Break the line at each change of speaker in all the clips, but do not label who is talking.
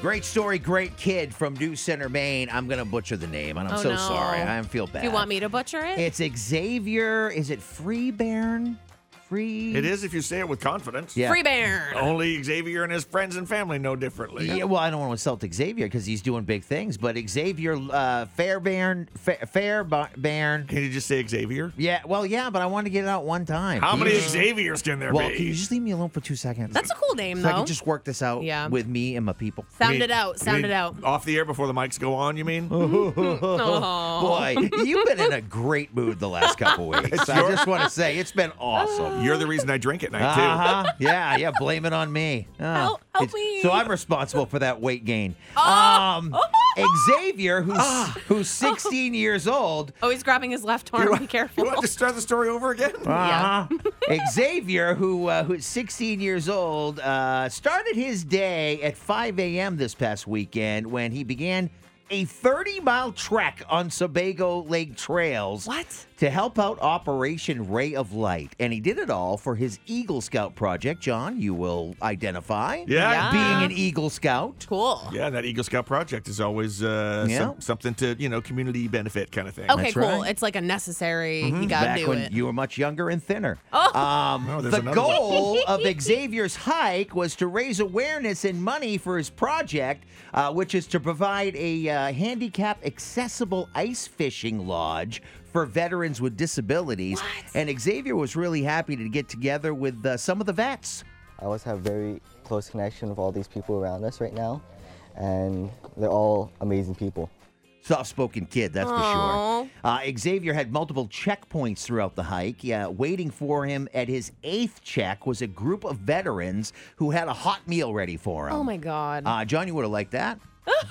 Great story, great kid from New Center, Maine. I'm gonna butcher the name, and I'm
Oh,
so
no.
sorry. I feel bad.
You want me to butcher it?
It's Xavier. Is it Freebairn? Free.
It is if you say it with confidence.
Yeah.
Free Bairn.
Only Xavier and his friends and family know differently.
Yeah, well, I don't want to insult Xavier because he's doing big things, but Xavier uh, Fairbairn, Fa- Fairbairn.
Can you just say Xavier?
Yeah, well, yeah, but I wanted to get it out one time.
How
Can you
many
just-
Xaviers can there
Well,
be?
can you just leave me alone for two seconds?
That's a cool name,
so I
though.
can just work this out
Yeah.
with me and my people.
Sound
mean-
it out.
you
Sound
mean
it out.
Off the air before the mics go on, you mean?
Oh. Boy, you've been in a great mood the last couple weeks. I just want to say it's been awesome.
You're the reason I drink at night, too.
Uh-huh. Yeah, yeah. Blame it on me. Oh,
Help- help
it's-
me.
So I'm responsible for that weight gain.
Oh.
Um, Xavier, who's
Ah.
who's 16 years old,
Oh, he's grabbing his left arm. Be
You
careful.
want to start the story over again?
Yeah.
Uh-huh. Xavier, who uh, who's 16 years old, uh, started his day at 5 a.m. this past weekend when he began a 30 mile trek on Sebago Lake trails.
What?
To help out Operation Ray of Light, and he did it all for his Eagle Scout project. John, you will identify.
Yeah.
Yeah.
Being an Eagle Scout.
Cool.
Yeah, that Eagle Scout project is always uh,
Yeah.
some, something to, you know, community benefit kind of thing.
Okay,
That's
cool.
right.
It's like a necessary. You gotta
back
do
when
it.
you were much younger and thinner. Um,
Oh, there's
the
another one.
goal of Xavier's hike was to raise awareness and money for his project, uh, which is to provide a uh, handicap accessible ice fishing lodge for veterans with disabilities. And Xavier was really happy to get together with uh, some of the vets.
I always have very close connection with all these people around us right now, and they're all amazing people.
Soft-spoken kid, that's
Aw.
for sure. Uh, Xavier had multiple checkpoints throughout the hike. Yeah, waiting for him at his eighth check was a group of veterans who had a hot meal ready for him.
Oh my god.
Uh, John, you would have liked that.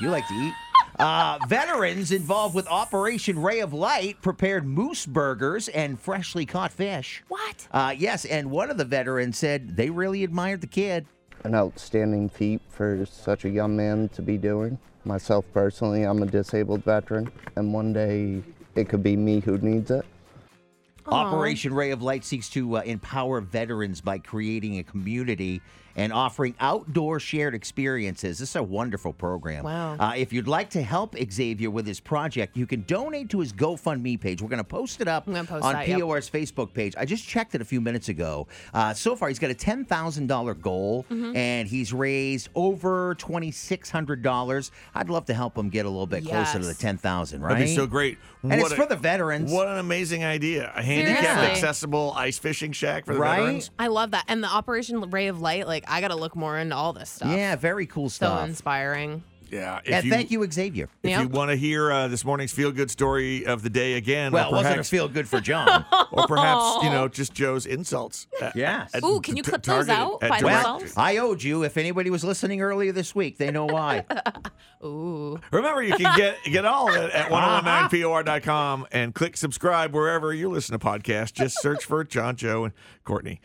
You like to eat. Uh, veterans involved with Operation Ray of Light prepared moose burgers and freshly caught fish.
what?
Uh, yes, and one of the veterans said they really admired the kid.
an outstanding feat for such a young man to be doing. Myself personally, I'm a disabled veteran, and one day it could be me who needs it.
Operation Ray of Light seeks to uh, empower veterans by creating a community and offering outdoor shared experiences. This is a wonderful program.
Wow.
Uh, if you'd like to help Xavier with his project, you can donate to his GoFundMe page. We're going to post it up
I'm gonna post
on
that, yep.
POR's Facebook page. I just checked it a few minutes ago. Uh, so far, he's got a $10,000 goal
Mm-hmm.
and he's raised over $2,600. I'd love to help him get a little bit closer to the
Yes.
10000 right?
That'd be so great.
And it's for the veterans.
What an amazing idea. A handicapped
Seriously.
accessible ice fishing shack for the
Right?
veterans.
I love that. And the Operation Ray of Light. Like I gotta look more into all this stuff.
Yeah, uh, very cool
So
stuff.
inspiring.
Yeah. If
and thank you, Xavier.
If
Yeah.
you want to hear uh, this morning's feel good story of the day again,
Well, it
or
wasn't a
perhaps,
feel good for John.
or perhaps you know, just Joe's insults. Uh, at-
Yes.
at-
Ooh, can you
t-
clip those
targeted
out
at
by
direct-
well,
themselves?
I owed you. If anybody was listening earlier this week, they know why.
Ooh.
Remember, you can get get all of it at
Uh-huh.
1019por.com and click subscribe wherever you listen to podcasts. Just search for John, Joe, and Courtney.